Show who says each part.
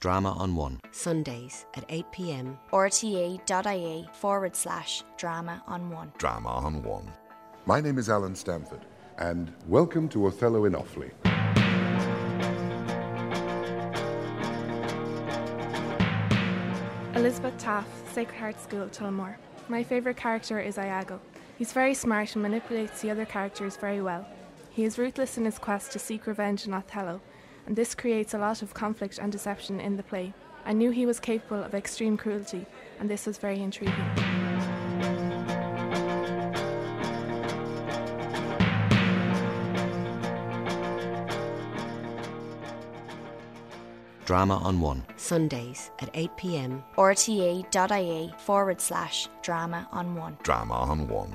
Speaker 1: Drama on One.
Speaker 2: Sundays at 8 pm.
Speaker 3: rte.ie forward slash drama on one.
Speaker 4: Drama on One. My name is Alan Stamford, and welcome to Othello in Offley.
Speaker 5: Elizabeth Taff, Sacred Heart School, Tullamore. My favourite character is Iago. He's very smart and manipulates the other characters very well. He is ruthless in his quest to seek revenge on Othello, and this creates a lot of conflict and deception in the play. I knew he was capable of extreme cruelty, and this was very intriguing.
Speaker 1: Drama on One.
Speaker 2: Sundays at 8 pm.
Speaker 3: rte.ie forward slash drama on one.
Speaker 4: Drama on One.